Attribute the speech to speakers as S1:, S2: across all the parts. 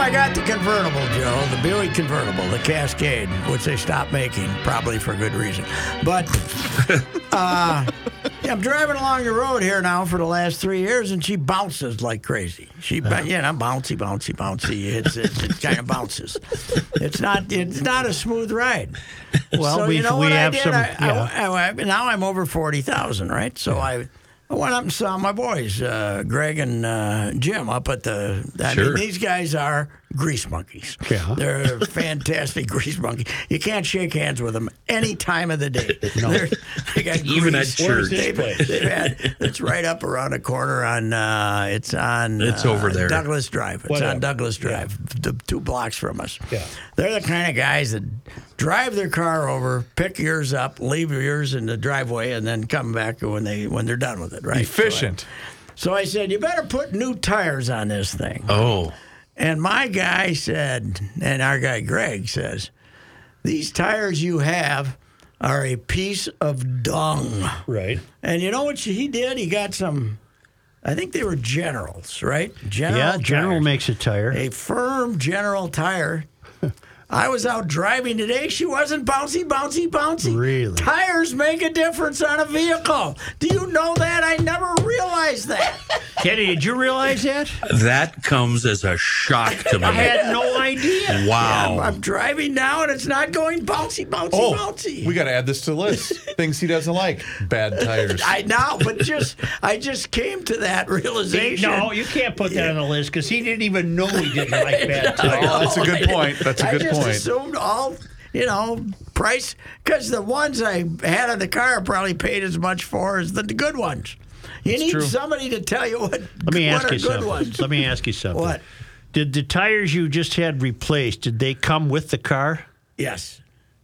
S1: I got the convertible, Joe, the Buick convertible, the Cascade, which they stopped making, probably for good reason. But uh, yeah, I'm driving along the road here now for the last three years, and she bounces like crazy. She,
S2: Uh-huh.
S1: yeah, you know, bouncy, bouncy, bouncy. It's, it's it kind of bounces. It's not it's not a smooth ride.
S2: Well,
S1: so,
S2: we-
S1: you know
S2: we
S1: what
S2: have
S1: I did?
S2: some-
S1: I- I-
S2: yeah.
S1: I- I- now I'm over 40,000, right? So I, I went up and saw my boys, uh, Greg and uh, Jim, up at the. I
S3: Sure.
S1: mean, these guys are grease monkeys.
S2: Yeah.
S1: They're fantastic grease monkeys. You can't shake hands with them any time of the day. They're- They got
S3: Even
S1: grease.
S3: at Where's church. this
S1: They've- they've had- it's right up around the corner on. Uh, it's on.
S3: It's
S1: uh,
S3: over there.
S1: Douglas Drive. It's
S2: Whatever.
S1: on Douglas Drive, the two blocks from us.
S2: Yeah.
S1: They're the kind of guys that drive their car over, pick yours up, leave yours in the driveway, and then come back when they when they're done with it. Right. So I-
S4: Efficient.
S1: So I, said, you better put new tires on this thing.
S3: Oh,
S1: And my guy said, and our guy Greg says, these tires you have are a piece of dung.
S2: Right.
S1: And you know what he did? He got some. I think they were generals, right? General
S2: Yeah, General
S1: tires.
S2: makes a tire.
S1: a firm general tire. I was out driving today. She wasn't bouncy, bouncy, bouncy.
S2: Really?
S1: Tires make a difference on a vehicle. Do you know that? I never realized that.
S2: Kenny, did you realize that?
S3: that comes as a shock to
S2: I
S3: me.
S2: had no idea.
S3: Wow.
S1: I'm, I'm driving now and it's not going bouncy, bouncy,
S4: Oh,
S1: bouncy.
S4: we got to add this to the list. Things he doesn't like: bad tires.
S1: I know, but just I just came to that realization.
S2: No, you can't put that on the list because he didn't even know he didn't like bad tires.
S4: Oh, that's a good point. That's a
S1: I
S4: good
S1: just
S4: point.
S1: assumed all, you know, price because the ones I had in the car probably paid as much for as the good ones. You need
S4: true.
S1: somebody to tell you what.
S2: Let me
S1: what
S2: ask
S1: are
S2: you
S1: good
S2: something.
S1: Ones.
S2: Let me ask you something.
S1: What?
S2: Did the tires you just had replaced? Did they come with the car?
S1: Yes.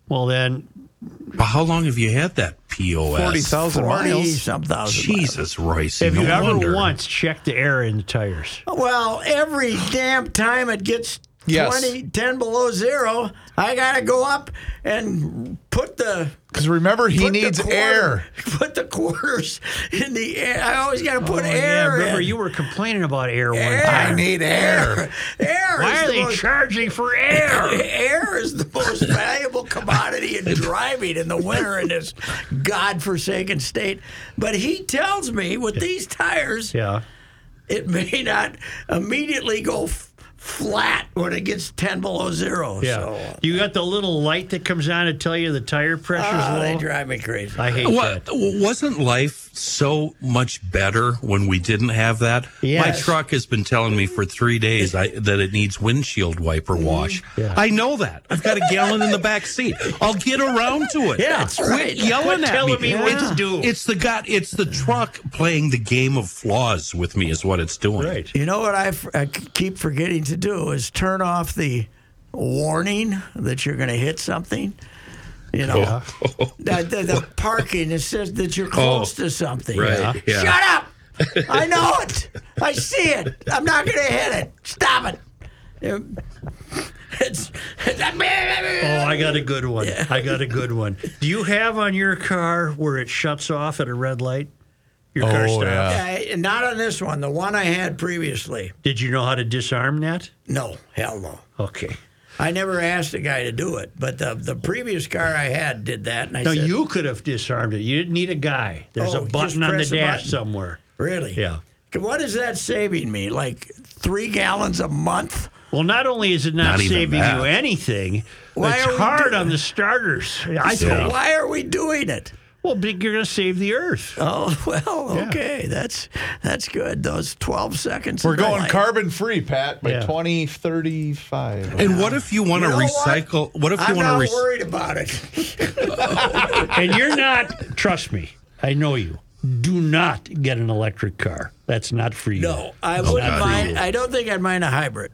S2: Well, then
S3: But How long have you had that POS?
S4: Forty thousand miles.
S1: some thousand.
S3: Jesus, Royce.
S2: Have
S3: no
S2: you ever
S3: wonder.
S2: once checked the air in the tires?
S1: Oh, Well, every damn time it gets
S4: Yes.
S1: twenty, ten 20, 10 below zero, I gotta go up and put the
S4: Because remember, he
S1: put the
S4: needs
S1: quarter-
S4: air.
S1: Put the quarters in the air. I always gotta put
S2: Oh,
S1: air.
S2: yeah, remember
S1: in.
S2: you were complaining about air, one
S1: Air.
S2: time.
S4: need air.
S1: Air.
S2: Why
S1: is
S2: are
S1: the
S2: they
S1: most-
S2: charging for air?
S1: Air is the most valuable commodity in driving in the winter in this godforsaken state. But he tells me with these tires,
S2: yeah.
S1: it may not immediately go f- flat when it gets 10 below zero.
S2: Yeah.
S1: So
S2: you got the little light that comes on to tell you the tire pressure's
S1: ah, they
S2: low.
S1: drive me crazy.
S2: I hate
S3: Wa-
S2: that.
S3: wasn't life so much better when we didn't have that? My
S2: Yes.
S3: truck has been telling me for three days I, that it needs windshield
S2: Mm,
S3: wiper wash. I know that. I've got a gallon in the back seat. I'll get around to it.
S1: Yeah. That's right.
S3: Quit yelling
S2: Quit
S3: at
S2: telling
S3: me.
S2: me what
S3: it's,
S2: to do.
S3: It's the god. It's the truck playing the game of flaws with me. Is what it's doing.
S2: Right.
S1: You know what I, f- I c- keep forgetting to do is turn off the warning that you're going to hit something. You know, the, the, the parking it says that you're close to something.
S3: Oh, right, Yeah.
S1: Shut up! I know it. I see it. I'm not going to hit it. Stop it. Um, It's, it's
S2: Oh, I got a good one. I got a good one. Do you have on your car where it shuts off at a red light? Your car
S4: Oh,
S2: stops.
S4: yeah.
S1: I, not on this one. The one I had previously.
S2: Did you know how to disarm that?
S1: No, hell no.
S2: Okay.
S1: I never asked the guy to do it, but the the previous car I had did that, and I
S2: No,
S1: said,
S2: you could have disarmed it. You didn't need a guy. There's
S1: Oh,
S2: a
S1: just
S2: button on the
S1: press a
S2: dash
S1: button.
S2: somewhere.
S1: Really?
S2: Yeah.
S1: What is that saving me? Like three gallons a month?
S2: Well, not only is it not,
S3: Not even
S2: saving you
S3: that.
S2: anything,
S1: Why
S2: it's
S1: are we
S2: hard
S1: doing-
S2: on the starters. I
S1: So
S2: think.
S1: why are we doing it?
S2: Well, big, you're going to save the earth.
S1: Oh well, okay, that's that's good. Those twelve seconds.
S4: We're
S1: of my
S4: going
S1: life.
S4: carbon free, Pat, by
S2: Yeah.
S4: twenty thirty five.
S3: And what if you want to
S1: You know what?
S3: recycle? What, if you
S1: I'm
S3: want
S1: not
S3: to recycle?
S1: worried about it.
S2: and you're not, trust me, I know you. Do not get an electric car. That's not for you.
S1: No, I wouldn't
S3: not
S1: mind.
S3: really.
S1: I don't think I'd mind a hybrid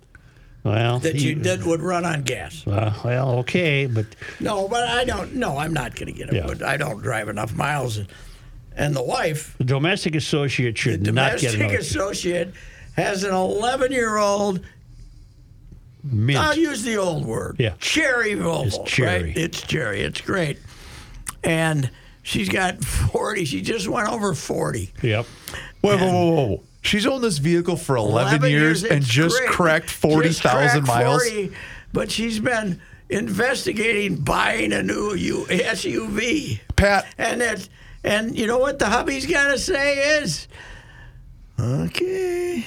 S2: Well,
S1: that you did would run on gas.
S2: Uh, well, okay, but
S1: No, but I don't. No, I'm not going to get it.
S2: Yeah.
S1: But I don't drive enough miles, and, and the wife
S2: the domestic associate should not get
S1: domestic
S2: an electric
S1: associate has an 11 year old.
S2: mint.
S1: I'll use the old word.
S2: Yeah.
S1: Cherry Volvo.
S2: cherry.
S1: Right? It's cherry. It's great. And She's got 40. She just went over 40.
S2: Yep.
S4: Whoa, whoa, whoa, whoa, whoa. She's owned this vehicle for 11, years, and
S1: it's
S4: just
S1: great.
S4: cracked
S1: Just
S4: 40,000
S1: cracked
S4: miles.
S1: 40, but she's been investigating buying a new U- SUV.
S4: Pat,
S1: And that, and you know what the hubby's got to say is, okay,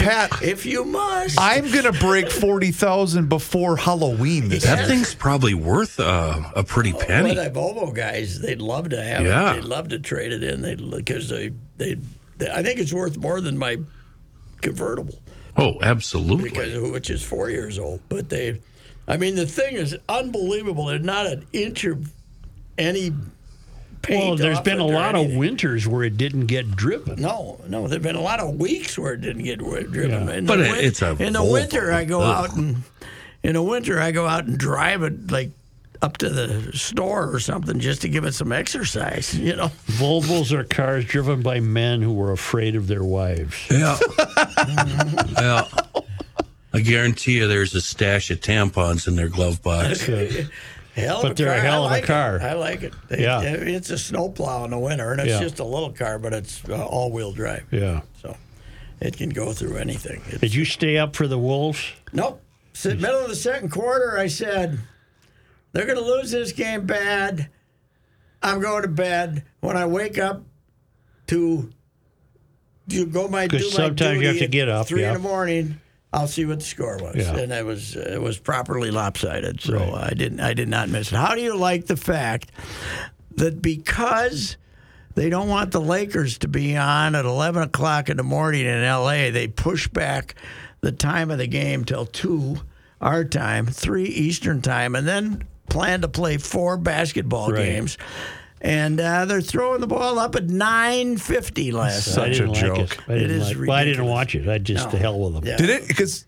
S4: Pat,
S1: if you must.
S4: I'm going to break 40,000 before Halloween this
S3: That
S4: year.
S3: thing's probably worth uh, a pretty
S1: Well,
S3: penny.
S1: the Volvo guys, they'd love to have
S3: Yeah.
S1: it. They'd love to trade it in. They'd because they, they they I think it's worth more than my convertible.
S3: Oh, absolutely.
S1: because which is four years old. But they, I mean, the thing is unbelievable. There's not an inch of any paint.
S2: Well, there's
S1: off
S2: been
S1: it
S2: a
S1: or
S2: lot of
S1: anything.
S2: winters where it didn't get driven.
S1: No, no, there've been a lot of weeks where it didn't get wi- driven.
S2: Yeah.
S1: In
S3: But
S1: the
S3: it-
S1: win-
S3: it's a
S1: in the
S3: Volvo.
S1: winter. I go
S3: Ugh.
S1: out and in the winter I go out and drive it like up to the store or something just to give it some exercise. You know.
S2: Volvos are cars driven by men who were afraid of their wives.
S3: Yeah. yeah. I guarantee you there's a stash of tampons in their glove box.
S1: Hell
S2: But
S1: of a
S2: they're a
S1: car.
S2: hell
S1: I
S2: of a
S1: like it.
S2: car.
S1: I like it. It-
S2: Yeah.
S1: it- It's a snowplow in the winter, and it's
S2: Yeah.
S1: just a little car, but it's uh, all-wheel drive.
S2: Yeah.
S1: So it can go through anything. It,
S2: Did you stay up for the Wolves?
S1: nope. So middle of the second quarter, I said, they're going to lose this game bad. I'm going to bed. When I wake up to do go my do
S2: 'Cause
S1: my
S2: sometimes you have
S1: duty
S2: to
S1: at
S2: get up,
S1: three
S2: yeah.
S1: in the morning. I'll see what the score was,
S2: Yeah.
S1: and I was uh, it was properly lopsided, so
S2: Right.
S1: I didn't I did not miss it. How do you like the fact that because they don't want the Lakers to be on at 11 o'clock in the morning in L.A. They push back the time of the game till 2 our time, 3 Eastern time, and then plan to play four basketball
S2: Right.
S1: games. And uh, they're throwing the ball up at 9.50 last night.
S2: I
S4: Such a
S2: didn't like
S4: joke.
S2: it. I didn't
S1: is
S2: like, Well, I didn't
S1: ridiculous.
S2: watch it. I just the hell with them.
S1: Yeah.
S4: Did it? Because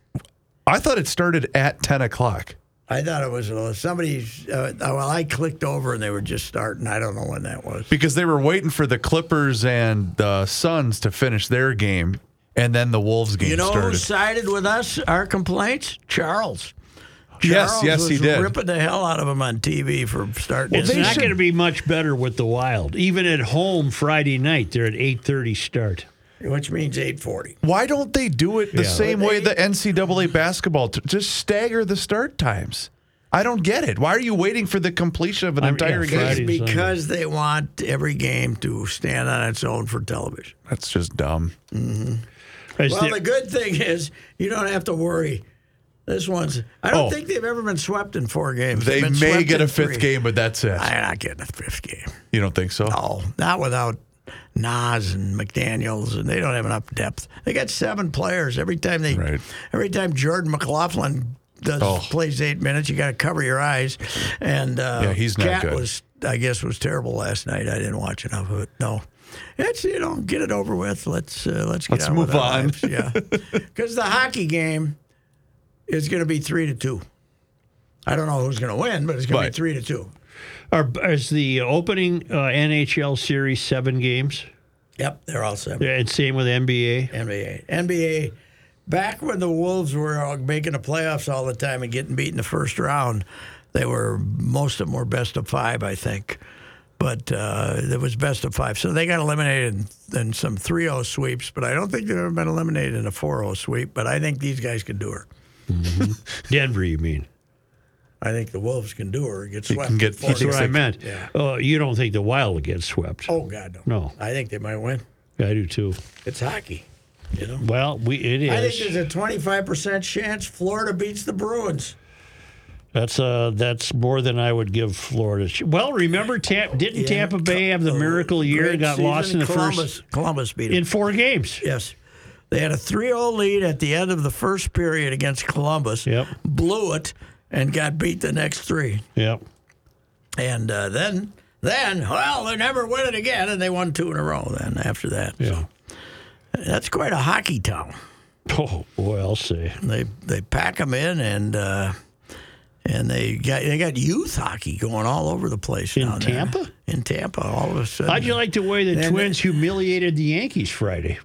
S4: I thought it started at 10 o'clock.
S1: I thought it was uh, somebody, uh, well, I clicked over and they were just starting. I don't know when that was.
S4: because they were waiting for the Clippers and the Suns to finish their game, and then the Wolves game
S1: You know who
S4: started.
S1: sided with us, our complaints? Charles.
S4: Yes,
S1: Charles
S4: yes,
S1: was
S4: he did.
S1: ripping the hell out of him on TV for starting.
S2: It's
S1: his-
S2: not going to be much better with the Wild. Even at home Friday night, they're at 8:30 start.
S1: which means 840.
S4: Why don't they do it the
S2: Yeah.
S4: same way the NCAA basketball? T- just stagger the start times. I don't get it. Why are you waiting for the completion of an
S2: I'm-
S4: entire
S2: yeah,
S4: game?
S2: Friday. Fridays,
S1: Because they want every game to stand on its own for television.
S4: That's just dumb.
S2: As
S1: Well,
S2: the-
S1: the good thing is you don't have to worry. This one's, I don't
S4: Oh.
S1: think they've ever been swept in four games.
S4: They
S1: They've been
S4: may
S1: swept
S4: get
S1: in
S4: a fifth
S1: three.
S4: game, but that's it.
S1: They're not getting a fifth game.
S4: You don't think so?
S1: Oh, not without Nas and McDaniels, and they don't have enough depth. They got seven players every time they,
S4: Right.
S1: every time Jordan McLaughlin does
S4: Oh.
S1: plays eight minutes, you got to cover your eyes. And uh,
S4: Yeah, he's not
S1: Cat
S4: good.
S1: was, I guess, was terrible last night. I didn't watch enough of it. No. It's you know get it over with. Let's uh, let's get
S4: Let's
S1: on with
S4: move
S1: our
S4: on.
S1: lives. Yeah, because the hockey game is going to be three to two. I don't know who's going to win, but it's going to
S4: Right.
S1: be three to two.
S2: are, is the opening uh, NHL series seven games?
S1: Yep, they're all seven.
S2: Yeah, and same with NBA.
S1: NBA. NBA. Back when the Wolves were uh, making the playoffs all the time and getting beat in the first round, they were most of them were best of five, I think. But uh, it was best of five, so they got eliminated in, in some 3-0 sweeps. But I don't think they've ever been eliminated in a 4-0 sweep. But I think these guys can do her.
S2: Denver, you mean?
S1: I think the Wolves can do her. Get swept.
S4: can get-
S1: in
S4: he
S1: four.
S2: That's
S4: thinks
S2: what I
S4: they-
S2: meant. Uh, you don't think the Wild will get swept?
S1: oh God, no.
S2: No.
S1: I think they might win.
S2: I do too.
S1: It's hockey, you know.
S2: Well, we it
S1: I think
S2: is.
S1: there's a 25% chance Florida beats the Bruins.
S2: That's uh that's more than I would give Florida. Sh- Well, remember Tampa didn't
S1: Yeah. uh,
S2: Tampa Bay have the miracle year
S1: Great
S2: and got lost
S1: season.
S2: in the
S1: Columbus,
S2: first
S1: Columbus beat 'em.
S2: in four games?
S1: Yes. They had a 3 0 lead at the end of the first period against Columbus.
S2: Yep.
S1: Blew it and got beat the next three.
S2: Yep.
S1: And uh, then, then, well, they never win it again. And they won two in a row then after that.
S2: Yeah.
S1: That's quite a hockey town.
S2: Oh boy, I'll say.
S1: They they pack them in and. Uh, and they got they got youth hockey going all over the place
S2: In
S1: down there.
S2: Tampa?
S1: In Tampa, all of a sudden.
S2: How'd you like the way the
S1: Then-
S2: Twins humiliated the Yankees Friday?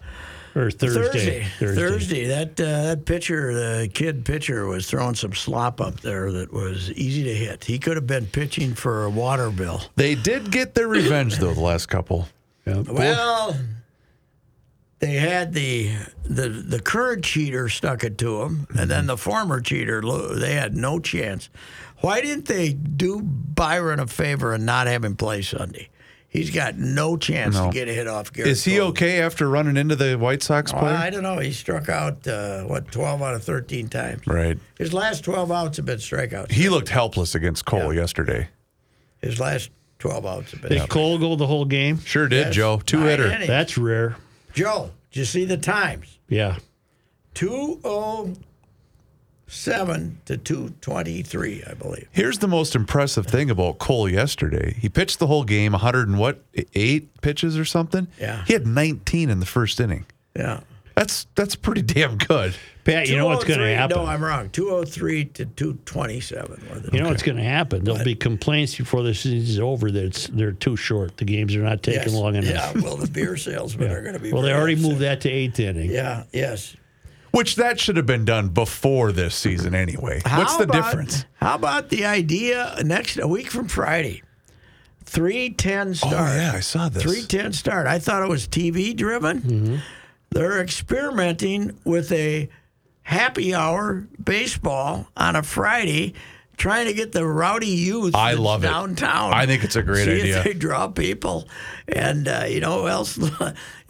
S5: or Thursday.
S1: Thursday. That uh, that pitcher, the kid pitcher, was throwing some slop up there that was easy to hit. He could have been pitching for a water bill.
S4: They did get their revenge though the last couple.
S1: Well, they had the the the current cheater stuck it to him, and then the former cheater. lo- They had no chance. Why didn't they do Byron a favor and not have him play Sunday? He's got no chance
S4: No.
S1: to get a hit off. Garrett
S4: Is he
S1: Cole.
S4: okay after running into the White Sox
S1: Well, I
S4: player?
S1: don't know. He struck out uh, what twelve out of thirteen times.
S4: Right.
S1: His last twelve outs have been strikeouts.
S4: He looked helpless against Cole yesterday.
S1: His last twelve outs have been.
S5: Did Cole go the whole game?
S4: Sure did, Joe. Two
S1: Nine
S4: hitter.
S1: innings.
S5: That's rare.
S1: Joe, did you see the times?
S5: Yeah.
S1: 207 to 223, I believe.
S4: Here's the most impressive thing about Cole yesterday. He pitched the whole game, 100 and what, e-, eight pitches or something?
S1: Yeah.
S4: He had 19 in the first inning.
S1: Yeah.
S4: That's that's pretty damn good.
S5: Pat, you know what's going to
S1: 203
S5: happen.
S1: No, I'm wrong. 203 to 227. Were the
S5: You know what's going to happen. There'll be complaints before the season's over that it's, they're too short. The games are not taking
S1: Yes.
S5: long enough.
S1: Yeah, well, the beer salesmen are going to be.
S5: Well, they
S1: very
S5: already
S1: upset.
S5: moved that to eighth inning.
S1: Yeah, yes.
S4: Which that should have been done before this season anyway. What's
S1: How
S4: the
S1: about-
S4: difference?
S1: How about the idea next, a week from Friday? 310 start.
S4: Oh yeah, I saw this.
S1: 310 start. I thought it was TV driven.
S4: Mm-hmm.
S1: They're experimenting with a happy hour baseball on a Friday, trying to get the rowdy youth
S4: I
S1: that's
S4: love it.
S1: downtown.
S4: I think it's a great
S1: see
S4: idea.
S1: If they draw people, and uh, you know who else? you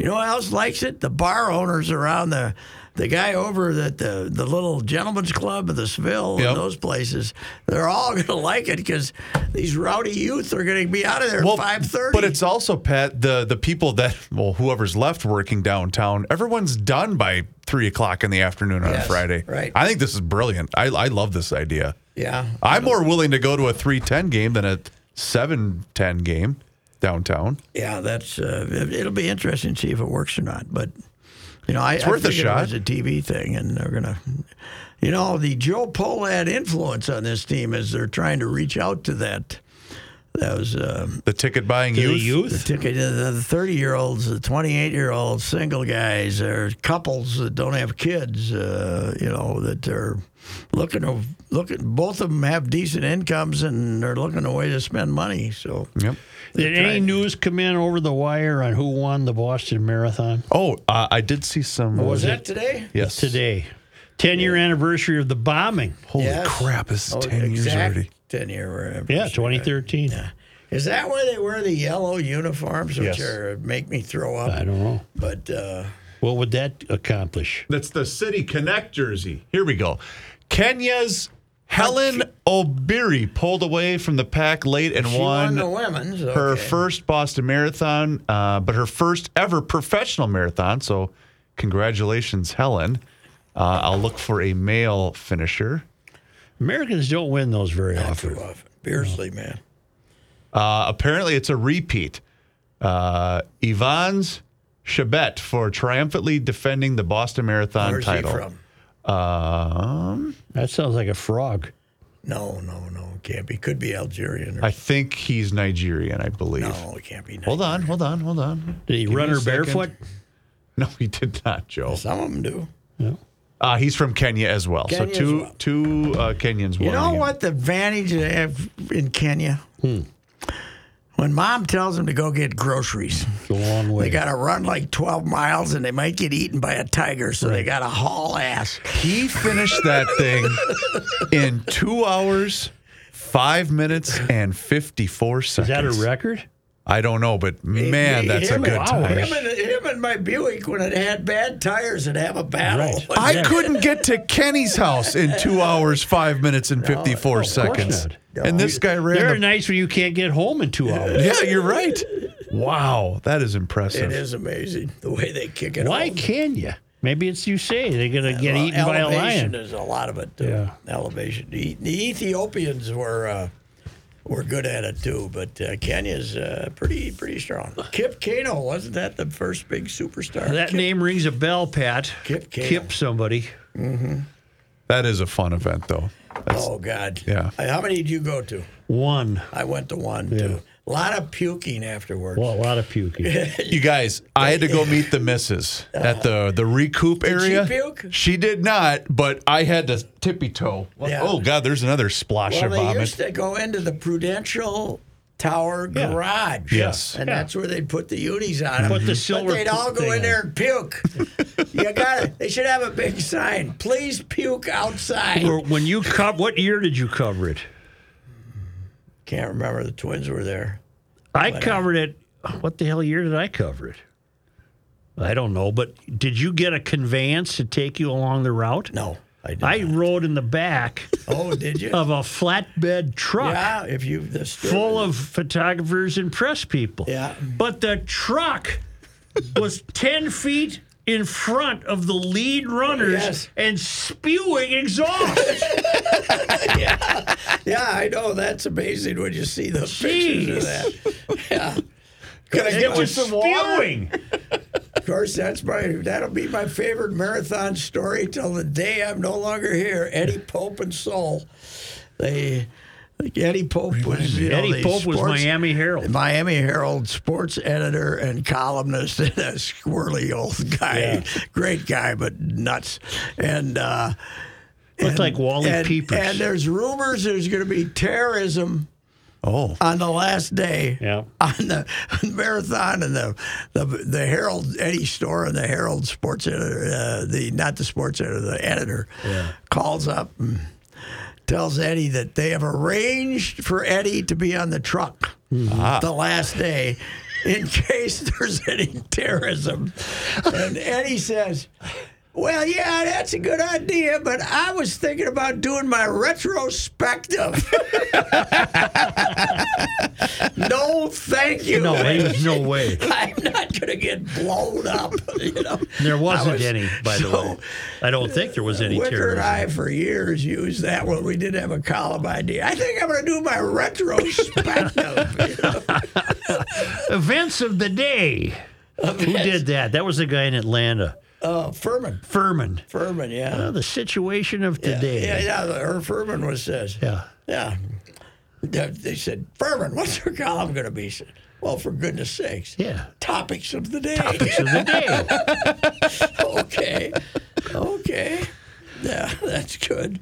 S1: know who else likes it? The bar owners around the. The guy over at the, the little gentleman's club of the Seville
S4: Yep.
S1: and those places, they're all going to like it because these rowdy youth are going to be out of there at five thirty.
S4: But it's also Pat the the people that well whoever's left working downtown, everyone's done by three o'clock in the afternoon on
S1: Yes,
S4: a Friday.
S1: right.
S4: I think this is brilliant. I I love this idea.
S1: yeah,
S4: I'm more willing to go to a three ten game than a seven ten game downtown.
S1: Yeah, that's uh, it- it'll be interesting to see if it works or not. But you know, I, it's
S4: worth a shot.
S1: It's a TV thing, and they're gonna, you know, the Joe Polad influence on this team is they're trying to reach out to that. That was um,
S4: The ticket buying
S5: The
S1: the
S4: youth.
S5: youth?
S1: ticket. The thirty-year-olds, the twenty-eight-year-olds, single guys, or couples that don't have kids. Uh, you know that are looking to looking. Both of them have decent incomes, and they're looking a way to spend money. So
S4: Yep.
S5: Did any news come in over the wire on who won the Boston Marathon?
S4: Oh, uh, I did see some.
S5: Was
S1: that today?
S4: Yes.
S5: Today. 10 year anniversary of the bombing.
S4: Holy
S1: Yes.
S4: crap! This is
S1: Oh,
S4: ten years
S1: exact
S4: already.
S1: Ten year. whatever.
S5: Yeah, 2013.
S1: Is that why they wear the yellow uniforms, which
S5: Yes.
S1: are make me throw
S5: I
S1: up?
S5: don't know.
S1: But uh,
S5: What would that accomplish?
S4: That's the City Connect jersey. Here we go. Kenya's Helen Obiri pulled away from the pack late and
S1: she won the women's. Okay.
S4: her first Boston Marathon, uh, but her first ever professional marathon. So, congratulations, Helen. Uh, I'll look for a male finisher.
S5: Americans don't win those very often.
S1: Too often. Beersley, man.
S4: Uh, apparently, it's a repeat. Uh, Yvonne's Chabet for triumphantly defending the Boston Marathon
S1: Where's
S4: title.
S1: he from?
S4: Um,
S5: That sounds like a frog.
S1: No, no, no. it Can't be. Could be Algerian. Or,
S4: I think he's Nigerian, I believe.
S1: no, it can't be.
S4: Hold on, hold on, hold on.
S5: Did he
S4: Give me
S5: run
S4: a
S5: her
S4: second.
S5: barefoot?
S4: No, he did not, Joe.
S1: Some of them do.
S5: No.
S4: Uh, he's from Kenya as well.
S1: Kenya
S4: so
S1: as
S4: two
S1: well.
S4: two uh, Kenyans.
S1: You
S4: won
S1: know
S4: again.
S1: what the advantage they have in Kenya?
S4: Hmm.
S1: When mom tells them to go get groceries.
S5: It's a long way.
S4: Hmm.
S1: They got to run like 12 miles and they might get eaten by a tiger, so they got to haul ass.
S4: He finished that thing in two hours, five minutes, and 54
S5: Is
S4: seconds.
S5: that a record?
S4: I don't know, but man, that's a
S1: Him-
S4: good
S1: wow,
S4: time.
S1: Him and, him and my Buick, when it had bad tires, would have a battle.
S5: Right.
S4: I couldn't get to Kenny's house in two hours, five minutes, and 54 seconds.
S5: not.
S4: And this guy
S5: There are
S4: ran. The,
S5: nights when you can't get home in two hours.
S4: yeah, you're right. Wow, that is
S1: It
S4: impressive.
S1: is amazing the way they kick it.
S5: Why
S1: off.
S5: can you? Maybe it's you say they're gonna get
S1: Well,
S5: eaten by a
S1: elevation
S5: lion.
S1: is a lot of it. Too.
S5: Yeah.
S1: Elevation. The, the Ethiopians were uh, were good at it too, but uh, Kenya's uh, pretty pretty strong. Kip Kano wasn't that the first big superstar?
S5: That
S1: Kip,
S5: name rings a bell, Pat.
S1: Kip Kale.
S5: Kip somebody.
S4: That is a fun event, though.
S1: Oh God.
S4: Yeah.
S1: How many did you go to?
S5: One.
S1: I went to one too. A lot of puking afterwards.
S5: Well, a lot of puking.
S4: You guys, I had to go meet the missus at the the recoup area.
S1: puke?
S4: She did not, but I had to tippy toe. Like,
S1: Yeah.
S4: Oh God, there's another splash
S1: Well,
S4: of
S1: they
S4: vomit.
S1: used to go into the Prudential Tower garage.
S4: Yes.
S1: And
S5: Yeah.
S1: that's where they'd put the unis on them.
S5: Put the silver
S1: but they'd all go
S5: thing
S1: in
S5: on.
S1: there and puke. you got to They should have a big sign. Please puke outside.
S2: Or when you cov what year did you cover it?
S1: Can't remember the twins were there.
S2: I covered it. What the hell year did I cover it? I don't know, but did you get a conveyance to take you along the route?
S1: No, I didn't.
S2: I rode in the back
S1: oh, did you?
S2: of a flatbed truck
S1: yeah, if you the story-
S2: full of photographers and press people.
S1: Yeah.
S2: But the truck was 10 feet in front of the lead runners
S1: Yes.
S2: and spewing exhaust.
S1: Yeah, I know. That's amazing when you see the pictures of that. Yeah. Can I
S2: it was spewing.
S1: Of course, that's my that'll be my favorite marathon story till the day I'm no longer here. Eddie Pope and Soul. They Eddie Pope was you know,
S2: Eddie
S1: the
S2: Pope was
S1: sports-
S2: Miami Herald.
S1: Miami Herald sports editor and columnist and a squirrely old guy. Great guy, but nuts. And uh
S2: Looked like Wally
S1: and,
S2: Peepers.
S1: and there's rumors there's gonna be terrorism
S4: oh,
S1: on the last day
S5: Yeah.
S1: on the marathon and the the, the Herald Eddie Store and the Herald sports editor uh, the not the sports editor the editor calls up and tells Eddie that they have arranged for Eddie to be on the truck the last day in case there's any terrorism and Eddie says well, yeah, that's a good idea, but I was thinking about doing my retrospective. no, thank you.
S2: No, there was no way.
S1: I'm not going to get blown up. You know,
S2: There wasn't
S1: I was-
S2: any, by the
S1: so-
S2: way. I don't think there was any
S1: Wicker and
S2: terrorism.
S1: I, for years, used that when we didn't have a column idea. I think I'm going to do my retrospective. you know.
S2: Events of the day. Who did that? That was the guy in Atlanta,
S1: Uh, Furman,
S2: Furman.
S1: Furman,
S2: Uh,
S1: yeah,
S2: the situation of today.
S1: yeah, yeah. the- Her Furman was says,
S2: Yeah.
S1: yeah. They they said, Furman, what's your column going to be? I said, well, for goodness sakes,
S2: Yeah.
S1: topics of the day.
S2: Topics of the day.
S1: okay, okay. Yeah, that's good.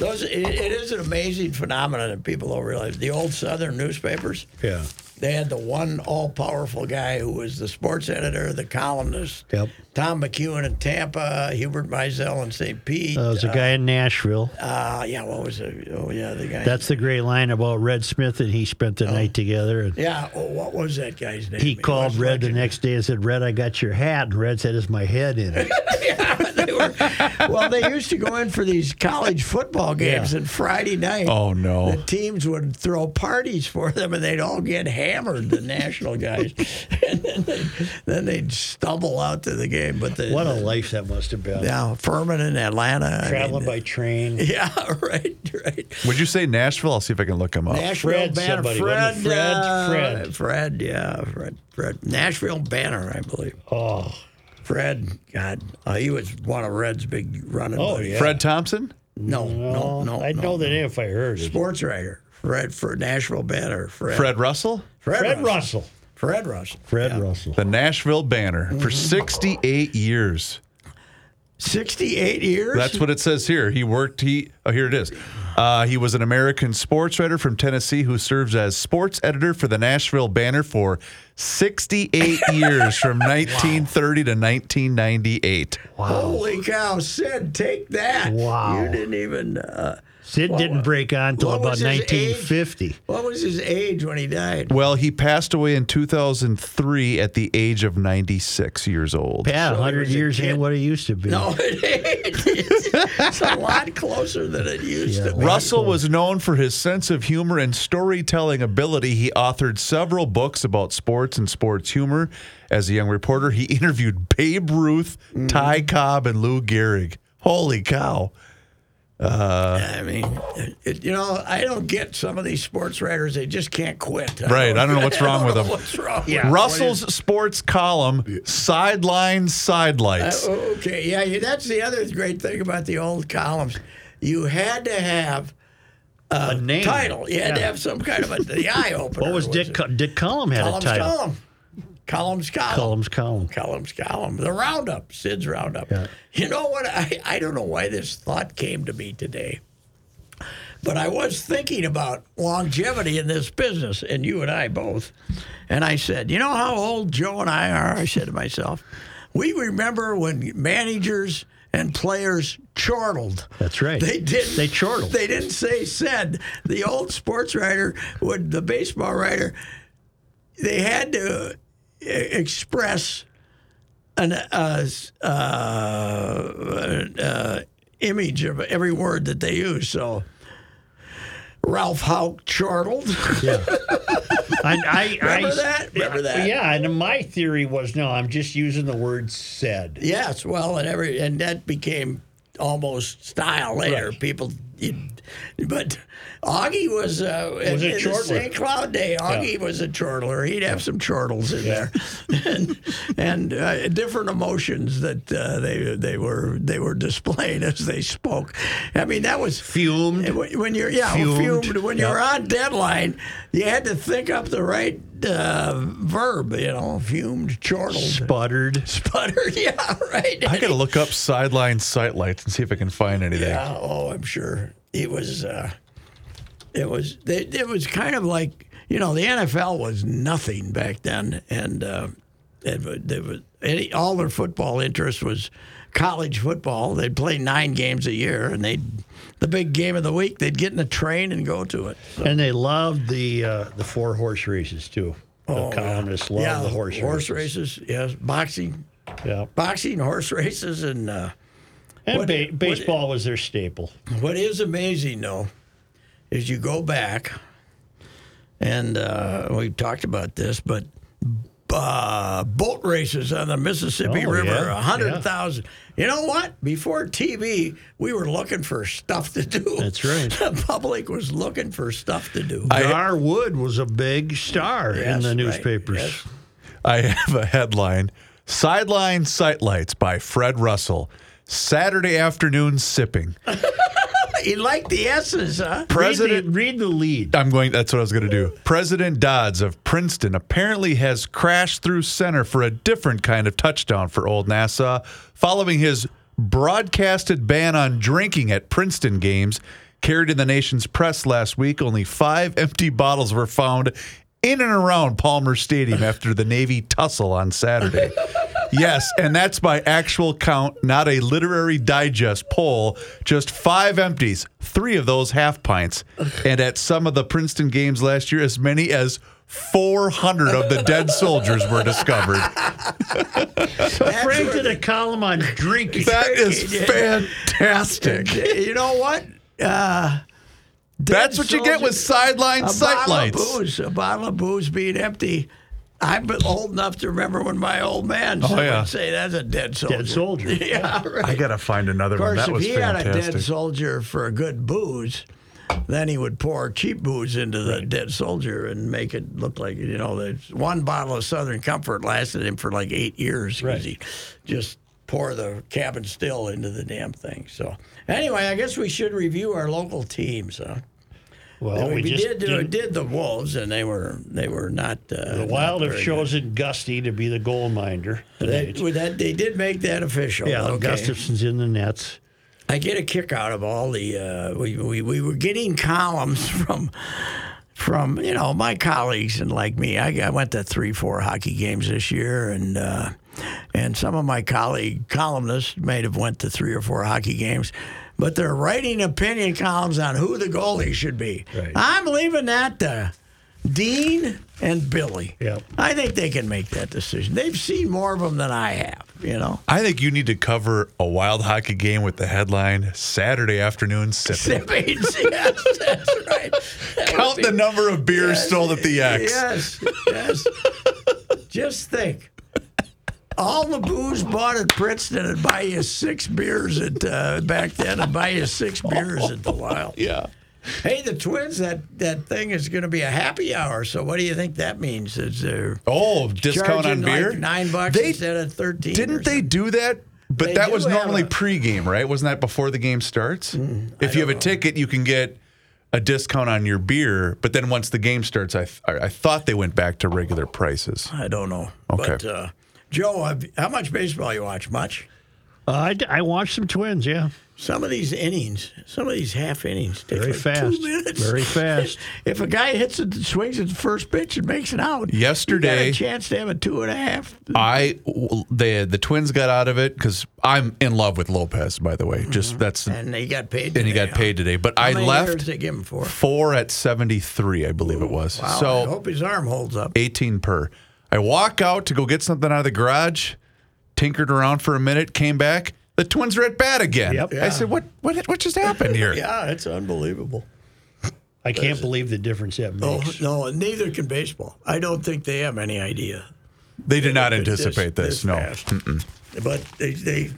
S1: Those it, it is an amazing phenomenon that people don't realize. The old Southern newspapers,
S2: Yeah.
S1: they had the one all-powerful guy who was the sports editor, the columnist.
S2: Yep.
S1: Tom McEwen in Tampa, Hubert Mizell in St. Pete.
S2: There
S1: Uh,
S2: was a guy in Nashville.
S1: yeah, what was it? Oh yeah, the guy.
S2: That's the great line about Red Smith and he spent the night together. And
S1: Oh. yeah. Oh, what was that guy's name?
S2: he called
S1: was
S2: Red the
S1: legendary.
S2: next day and said, Red, I got your hat. And Red said, Is my head in it?
S1: They were- well, they used to go in for these college football games,
S2: Yeah.
S1: and Friday night,
S4: oh
S1: the
S4: no.
S1: teams would throw parties for them and they'd all get hammered, the national guys. and then, they, then they'd stumble out to the game. But the,
S2: What a life that must have been.
S1: yeah, Furman in Atlanta. I mean,
S5: Traveling by train.
S1: Yeah, right, right.
S4: Would you say Nashville? I'll see if I can look him up.
S1: Nashville
S5: Fred
S1: Banner.
S5: somebody,
S1: Fred,
S5: wasn't it? Fred,
S1: uh,
S5: Fred.
S1: Fred, yeah, Fred, Fred. Nashville Banner, I believe.
S5: Oh,
S1: Fred, God, uh, he was one of Red's big running
S5: Oh,
S1: buddies.
S5: yeah.
S4: Fred Thompson.
S1: No, no,
S2: Oh,
S1: no.
S5: I'd
S1: no,
S5: know the
S1: no.
S5: name if I heard it.
S1: Sports writer. Fred for Nashville Banner. Fred.
S4: Fred Russell.
S5: Fred Russell.
S1: Fred Russell.
S5: Fred Russell.
S4: The Nashville Banner for 68 years.
S1: 68 years?
S4: That's what it says here. He worked. He oh, here it is. Uh, he was an American sports writer from Tennessee who serves as sports editor for the Nashville Banner for 68 years, from 1930 to 1998.
S1: Holy cow, Sid, take that.
S2: Wow.
S1: You didn't even. Uh,
S2: Sid
S1: What-
S2: didn't break on until
S1: what
S2: about
S1: was his age?
S2: 1950.
S1: what was his age when he died?
S4: Well, he passed away in 2003 at the age of 96 years old.
S2: Yeah,
S1: So he
S2: 100
S1: was a
S2: years
S1: kid.
S2: ain't what it used to be.
S1: No, it ain't. It's a lot closer than it used to be.
S4: Russell was known for his sense of humor and storytelling ability. He authored several books about sports and sports humor. As a young reporter, he interviewed Babe Ruth,
S1: Mm-hmm.
S4: Ty Cobb, and Lou Gehrig. Holy cow.
S1: I mean, it, you know, I don't get some of these sports writers. They just can't quit.
S4: Right, I don't know what's wrong with
S1: know
S4: them.
S1: What's wrong with them.
S4: Russell's sports column, Sideline
S1: Uh, oh,
S4: Sidelights.
S1: Okay, yeah, yeah, that's the other great thing about the old columns. You had to have
S2: a name.
S1: title. You had to have some kind of a the eye opener.
S2: What was Dick?
S1: it?
S2: Co- Dick Cullum had
S1: Columns
S2: a title.
S1: column. Columns column.
S2: Cullum's column.
S1: Columns column. The roundup. Sid's roundup. You know what? I, I don't know why this thought came to me today. But I was thinking about longevity in this business, and you and I both. And I said, you know how old Joe and I are? I said to myself, we remember when managers and players chortled.
S2: That's right.
S1: They didn't.
S2: They chortled.
S1: They didn't say said. The old sports writer would, the baseball writer, they had to e- express an uh, s- uh, uh, image of every word that they use. So Ralph Houck chortled.
S2: I, I,
S1: Remember
S2: I-
S1: that? Remember that?
S2: Yeah, and my theory was no, I'm just using the word said.
S1: Yes, well, and every and that became almost style later. People, you, but Augie was uh,
S2: Was
S1: in,
S2: a
S1: in the
S2: chortler.
S1: St. Cloud day. Augie was a chortler. He'd have some chortles in there, and, and uh, different emotions that uh, they they were they were displayed as they spoke. I mean, that was
S2: Fumed.
S1: and When when you're yeah well,
S2: Fumed.
S1: fumed. when you're on deadline, you had to think up the right uh, verb. You know, fumed, chortled,
S2: Sputtered.
S1: sputtered. Yeah, right.
S4: I gotta look up sideline sightlights and see if I can find anything.
S1: Yeah, oh, I'm sure it was. Uh, it was. They, it was kind of like you know the NFL was nothing back then, and uh, it, wa- there was any, all their football interest was college football. They'd play nine games a year, and they would the big game of the week. They'd get in a train and go to it.
S2: And they loved the uh, the four horse races too. The columnists loved
S1: yeah,
S2: the horse,
S1: horse
S2: races.
S1: races. Yes, boxing,
S2: Yeah.
S1: boxing, horse races, and. Uh,
S2: And
S1: What-
S2: ba-
S1: what-
S2: baseball was their staple.
S1: What is amazing, though, is you go back, and uh, we talked about this, but uh, boat races on the Mississippi
S2: Oh,
S1: River,
S2: yeah,
S1: a hundred thousand. You know what? Before TV, we were looking for stuff to do.
S2: That's right.
S1: The public was looking for stuff to do.
S2: Gar Wood was a big star in
S1: Yes,
S2: the
S1: right,
S2: newspapers.
S1: yes.
S4: I have a headline Sideline Sightlights by Fred Russell. Saturday afternoon sipping.
S1: he liked the S's, huh?
S4: President
S2: read the, read the lead.
S4: I'm going that's what I was going to do. President Dodds of Princeton apparently has crashed through center for a different kind of touchdown for Old Nassau following his broadcasted ban on drinking at Princeton games carried in the nation's press last week. Only 5 empty bottles were found in and around Palmer Stadium after the Navy tussle on Saturday. Yes, and that's by actual count, not a literary digest poll. Just five empties, three of those half pints. And at some of the Princeton games last year, as many as 400 of the dead soldiers were discovered.
S2: Frank did a column on drinking.
S4: That is fantastic.
S1: you know what? Uh,
S4: That's what you get with sideline
S1: a bottle of
S4: sightlights.
S1: booze, a bottle of booze being empty. I'm old enough to remember when my old man oh,
S4: yeah.
S1: would say, "That's a dead soldier."
S2: Dead soldier.
S1: Yeah, right.
S4: I got to find another
S1: Of
S4: one.
S1: course,
S4: That
S1: if
S4: was
S1: he had a dead
S4: fantastic.
S1: soldier for a good booze, then he would pour cheap booze into the dead soldier and make it look like you know. The, one bottle of Southern Comfort lasted him for like eight years because he just pour the cabin still into the damn thing. So anyway, I guess we should review our local teams. Huh?
S2: Well,
S1: we,
S2: we, just
S1: did,
S2: did-
S1: did the Wolves, and they were they were not. Uh,
S2: the
S1: not
S2: Wild have
S1: very
S2: chosen Gusty to be the goal minder.
S1: good. That, well, that- they did make that official.
S2: yeah,
S1: okay.
S2: Gustafson's in the nets.
S1: I get a kick out of all the. Uh, we, we we were getting columns from. From you know my colleagues and like me, I, I went to three, four hockey games this year, and uh, and some of my colleague columnists may have went to three or four hockey games, but they're writing opinion columns on who the goalie should be.
S2: Right.
S1: I'm leaving that to Dean and Billy.
S2: Yep.
S1: I think they can make that decision. They've seen more of them than I have. You know,
S4: I think you need to cover a wild hockey game with the headline Saturday afternoon sipping.
S1: Simmons, yes, that's right. That
S4: Count
S1: would
S4: the
S1: be-
S4: number of beers sold at the X.
S1: Yes, yes. Just think. All the booze bought at Princeton would buy you six beers at uh, back then and buy you six beers at the Wild.
S4: Yeah.
S1: Hey, the Twins, that, that thing is going to be a happy hour. So what do you think that means? Is there
S4: Oh, discount
S1: charging
S4: on
S1: like
S4: beer?
S1: nine bucks
S4: They-
S1: instead of thirteen? or
S4: Didn't they do that? But
S1: They
S4: that
S1: do
S4: was
S1: have
S4: normally
S1: a- Mm,
S4: pregame, right? Wasn't that before the game starts? if you have a ticket, you can get a discount on your beer, but then once the game starts, I th- I I thought they went back to regular prices.
S1: I don't know.
S4: Okay.
S1: But, uh, Joe, have- how much baseball you watch? Much?
S5: Uh, I, d- I watched some twins, yeah.
S1: Some of these innings, some of these half innings take
S5: Very
S1: like
S5: fast.
S1: two minutes.
S5: Very fast.
S1: if a guy hits it, swings at the first pitch and makes it out, you got
S4: Yesterday-
S1: a chance to have a two and a half.
S4: I w- the the Twins got out of it because I'm in love with Lopez. By the way, just that's and
S1: Mm-hmm. And he got paid.
S4: he
S1: today,
S4: got
S1: huh?
S4: paid today. But
S1: How
S4: I
S1: many errors
S4: left
S1: they give him for?
S4: four at 73, I believe it was.
S1: Wow, I
S4: so
S1: hope his arm holds up.
S4: 18 per. I walk out to go get something out of the garage, tinkered around for a minute, came back. The Twins are at bat again.
S5: Yep.
S4: I said, what what what just happened here?
S1: Yeah, it's unbelievable.
S5: I can't believe the difference that
S2: Oh,
S1: No,
S5: makes.
S1: Oh, no, and neither can baseball. I don't think they have any idea.
S4: They did not
S1: It's
S4: anticipate
S1: this- this
S4: this. no.
S1: fast. But they, they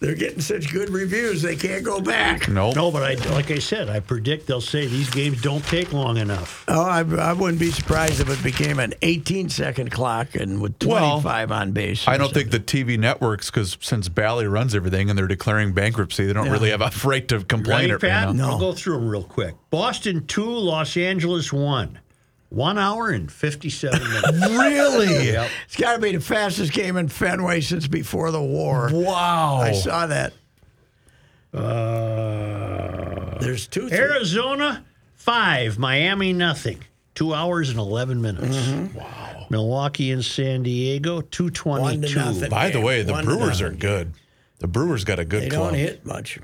S1: they're getting such good reviews they can't go back.
S4: No.
S5: No, but I, like I said, I predict they'll say these games don't take long enough.
S1: Oh, I, I wouldn't be surprised if it became an 18 second clock and with
S4: Well,
S1: 25 on base.
S4: I don't think the TV networks, because since Bally runs everything and they're declaring bankruptcy, they don't really have a right to complain.
S5: Right,
S4: at- you know?
S5: Pat?
S1: No.
S5: I'll go through them real quick.
S2: Boston two, Los Angeles one. One hour and fifty-seven minutes.
S4: Really?
S1: it's got to be the fastest game in Fenway since before the war.
S4: Wow.
S1: I saw that.
S5: Uh,
S1: There's two. three-
S2: Arizona five, Miami nothing. Two hours and eleven minutes.
S5: Mm-hmm.
S2: Wow. Milwaukee and San Diego two
S1: One to
S2: twenty-two.
S1: nothing.
S4: By the way, the
S1: One to
S4: Brewers are
S1: nothing.
S4: good. The Brewers got a good
S1: They
S4: club.
S1: don't hit much.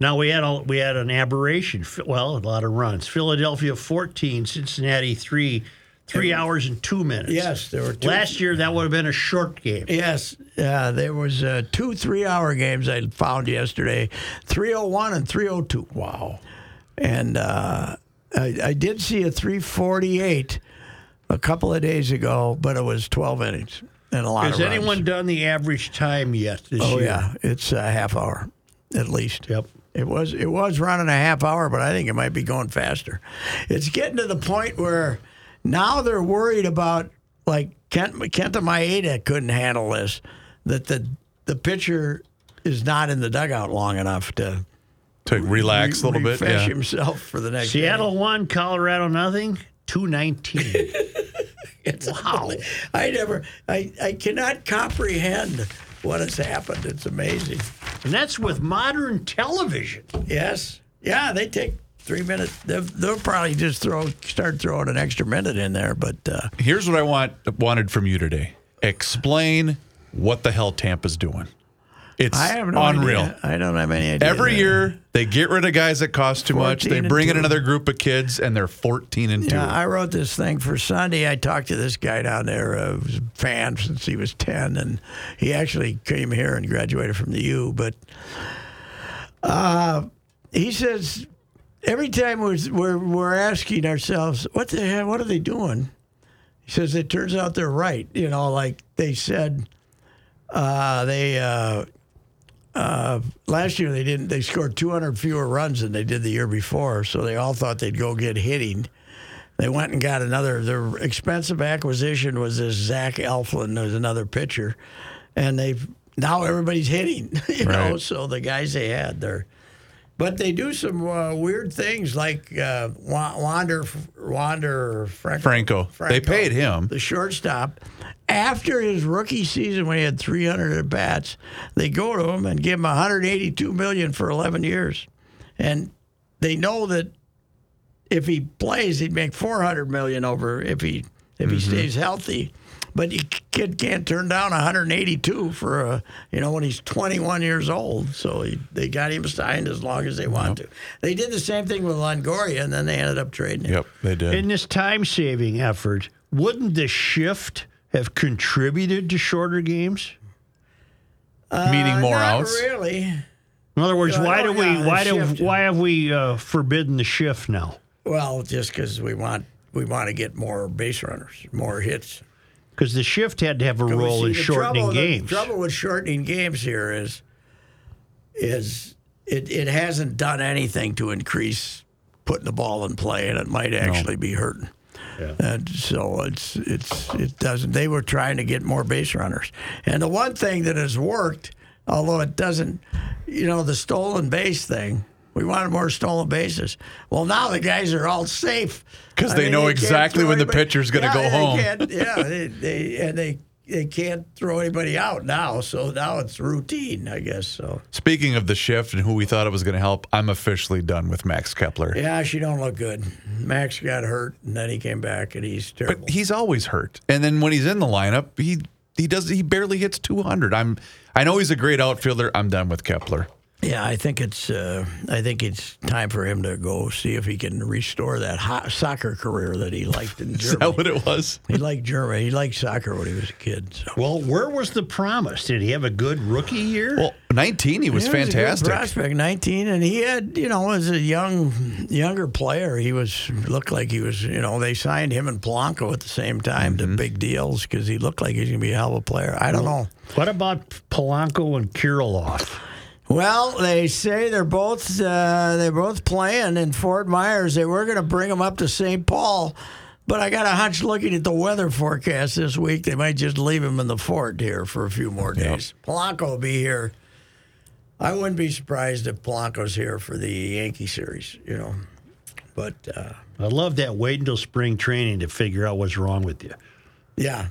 S2: Now we had a, we had an aberration. Ph- Well, a lot of runs. Philadelphia fourteen, Cincinnati three, three hours and two minutes.
S1: Yes, there were two.
S2: Last year that would have been a short game.
S1: Yes, yeah, there was uh, two three-hour games I found yesterday, 301 and 302. Wow. And uh, I, I did see a 348 a couple of days ago, but it was 12 innings and a lot
S2: Has
S1: of runs.
S2: anyone done the average time yet this
S1: Oh
S2: year?
S1: yeah, it's a half hour, at least.
S2: Yep.
S1: It was it was running a half hour, but I think it might be going faster. It's getting to the point where now they're worried about like Kent Kent Maeda couldn't handle this, that the the pitcher is not in the dugout long enough to
S4: To relax a little bit.
S1: refresh
S4: Yeah.
S1: himself for the next.
S2: Seattle one, Colorado nothing, two nineteen.
S1: Wow. I never I, I cannot comprehend what has happened. It's amazing.
S2: and that's with modern television.
S1: Yes. Yeah, they take three minutes. They'll, they'll probably just throw start throwing an extra minute in there. But uh,
S4: Here's what I want wanted from you today. Explain what the hell Tampa's doing. It's
S1: I have no
S4: unreal.
S1: idea. I don't have any idea.
S4: Every
S1: man.
S4: year they get rid of guys that cost too much.
S1: 14
S4: They
S1: and
S4: bring in
S1: two.
S4: another group of kids and they're 14 and 2.
S1: Yeah, Uh, I wrote this thing for Sunday. I talked to this guy down there, uh, who's a fan since he was 10, and he actually came here and graduated from the U. But uh, he says every time we're, we're, we're asking ourselves, what the hell, what are they doing? He says, it turns out they're right. You know, like they said, uh, they. Uh, last year they didn't they scored 200 fewer runs than they did the year before so they all thought they'd go get hitting they went and got another their expensive acquisition was this zach elflin who's another pitcher and they've now everybody's hitting you know
S4: Right.
S1: so the guys they had they're but they do some uh, weird things like uh, Wa- wander wander Franco,
S4: Franco. They paid him.
S1: the shortstop, after his rookie season when he had 300 at bats, they go to him and give him 182 million for 11 years, and they know that if he plays, he'd make 400 million over if he if
S4: Mm-hmm.
S1: he stays healthy. But you kid can't turn down 182 for a you know when he's 21 years old. So he, they got him signed as long as they want to. They did the same thing with Longoria, and then they ended up trading him.
S4: Yep, they did.
S2: In this time saving effort, wouldn't the shift have contributed to shorter games?
S4: Meaning more
S1: uh, Not
S4: outs.
S1: really.
S2: In other words,
S1: Yeah,
S2: why
S1: oh,
S2: do
S1: yeah,
S2: we
S1: the
S2: why
S1: shift.
S2: do why have we uh, forbidden the shift now?
S1: Well, just because we want we want to get more base runners, more hits.
S2: Because the shift had to have a
S1: But we
S2: role
S1: see
S2: in
S1: the
S2: shortening
S1: trouble,
S2: games.
S1: The trouble with shortening games here is is it, it hasn't done anything to increase putting the ball in play, and it might actually be hurting. And so it's it's it doesn't. They were trying to get more base runners, and the one thing that has worked, although it doesn't, you know, the stolen base thing We wanted more stolen bases. Well, now the guys are all safe
S4: 'Cause
S1: I
S4: they know
S1: can't
S4: exactly
S1: throw
S4: when the
S1: anybody-
S4: pitcher's gonna
S1: Yeah,
S4: go
S1: they
S4: home.
S1: can't- yeah, they, they and they they can't throw anybody out now. So now it's routine, I guess. So
S4: Speaking of the shift and who we thought it was going to help, I'm officially done with Max Kepler.
S1: yeah, she don't look good. Max got hurt, and then he came back, and he's terrible.
S4: But he's always hurt. And then when he's in the lineup, he he does he barely hits 200. I'm I know he's a great outfielder. I'm done with Kepler.
S1: Yeah, I think it's uh, I think it's time for him to go see if he can restore that hot soccer career that he liked in
S4: Is that
S1: Germany.
S4: what it was?
S1: he liked Germany. He liked soccer when he was a kid. So.
S2: Well, where was the promise? Did he have a good rookie year?
S4: Well, 19 he was
S1: He a good
S4: fantastic.
S1: prospect, nineteen, and he had you know as a young younger player, he was looked like he was you know they signed him and Polanco at the same time
S4: Mm-hmm.
S1: to big deals because he looked like he's gonna be a hell of a player. I don't know.
S2: what about Polanco and Kirilov?
S1: Well, they say they're both uh, they're both playing in Fort Myers. They were going to bring them up to St. Paul, but I got a hunch looking at the weather forecast this week, they might just leave him in the fort here for a few more days. Polanco will be here. I wouldn't be surprised if Polanco's here for the Yankee series, you know. But uh,
S2: I love that. Wait until spring training to figure out what's wrong with you.
S1: yeah,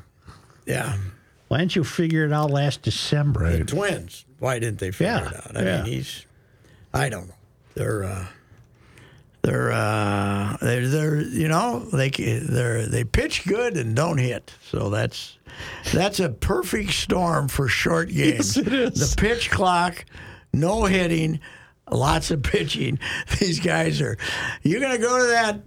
S1: yeah,
S2: Why didn't you figure it out last December?
S1: the twins. Why didn't they figure
S2: Yeah,
S1: it out? I
S2: yeah.
S1: mean, he's. I don't know. They're. Uh, they're. Uh, they're. They're. You know, they. c- They're. They pitch good and don't hit. So that's. That's a perfect storm for short games. The pitch clock, no hitting, lots of pitching. These guys are. You're gonna go to that.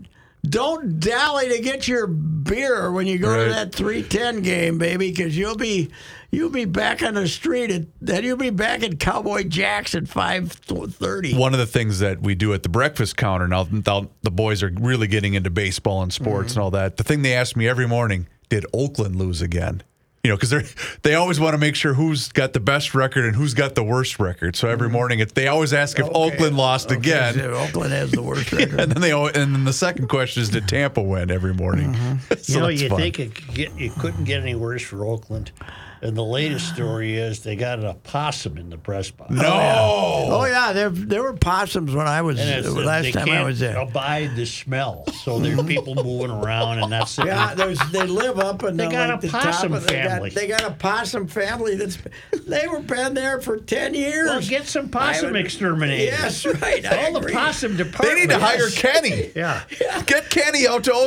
S1: Don't dally to get your beer when you go to
S4: Right.
S1: that 310 game, baby, because you'll be you'll be back on the street at then you'll be back at Cowboy Jack's at 5:30.
S4: One of the things that we do at the breakfast counter now, now the boys are really getting into baseball and sports
S1: Mm-hmm.
S4: and all that. The thing they ask me every morning, did Oakland lose again? You know, because they they always want to make sure who's got the best record and who's got the worst record. So every morning, it, they always ask if Oakland lost
S1: Mm-hmm. Okay,
S4: again.
S1: so uh, Oakland has the worst
S4: And
S1: record.
S4: then they al- and then the second question is did Tampa win every morning? so
S1: Mm-hmm.
S2: You know,
S4: that's
S2: you
S4: fun.
S2: think it, could get, it couldn't get any worse for Oakland. And the latest story is they got an opossum in the press box.
S4: no.
S1: Oh yeah, there there were possums when I was uh,
S2: And it's- uh, they
S1: last time I
S2: can't
S1: was there.
S2: Abide the smell, so there's people moving around, and that's it.
S1: Yeah, there's, they live up in
S2: They
S1: the,
S2: got
S1: like,
S2: a
S1: the top
S2: possum
S1: of- they got-
S2: family.
S1: They got, a possum family that's they were been there for ten years.
S2: Well, get some
S1: I
S2: possum
S1: would-
S2: exterminators.
S1: yes, right. I
S2: All the
S1: agree.
S2: possum
S4: They
S2: department.
S4: need to hire Kenny.
S2: Yeah.
S4: Get Kenny out to
S1: Yeah,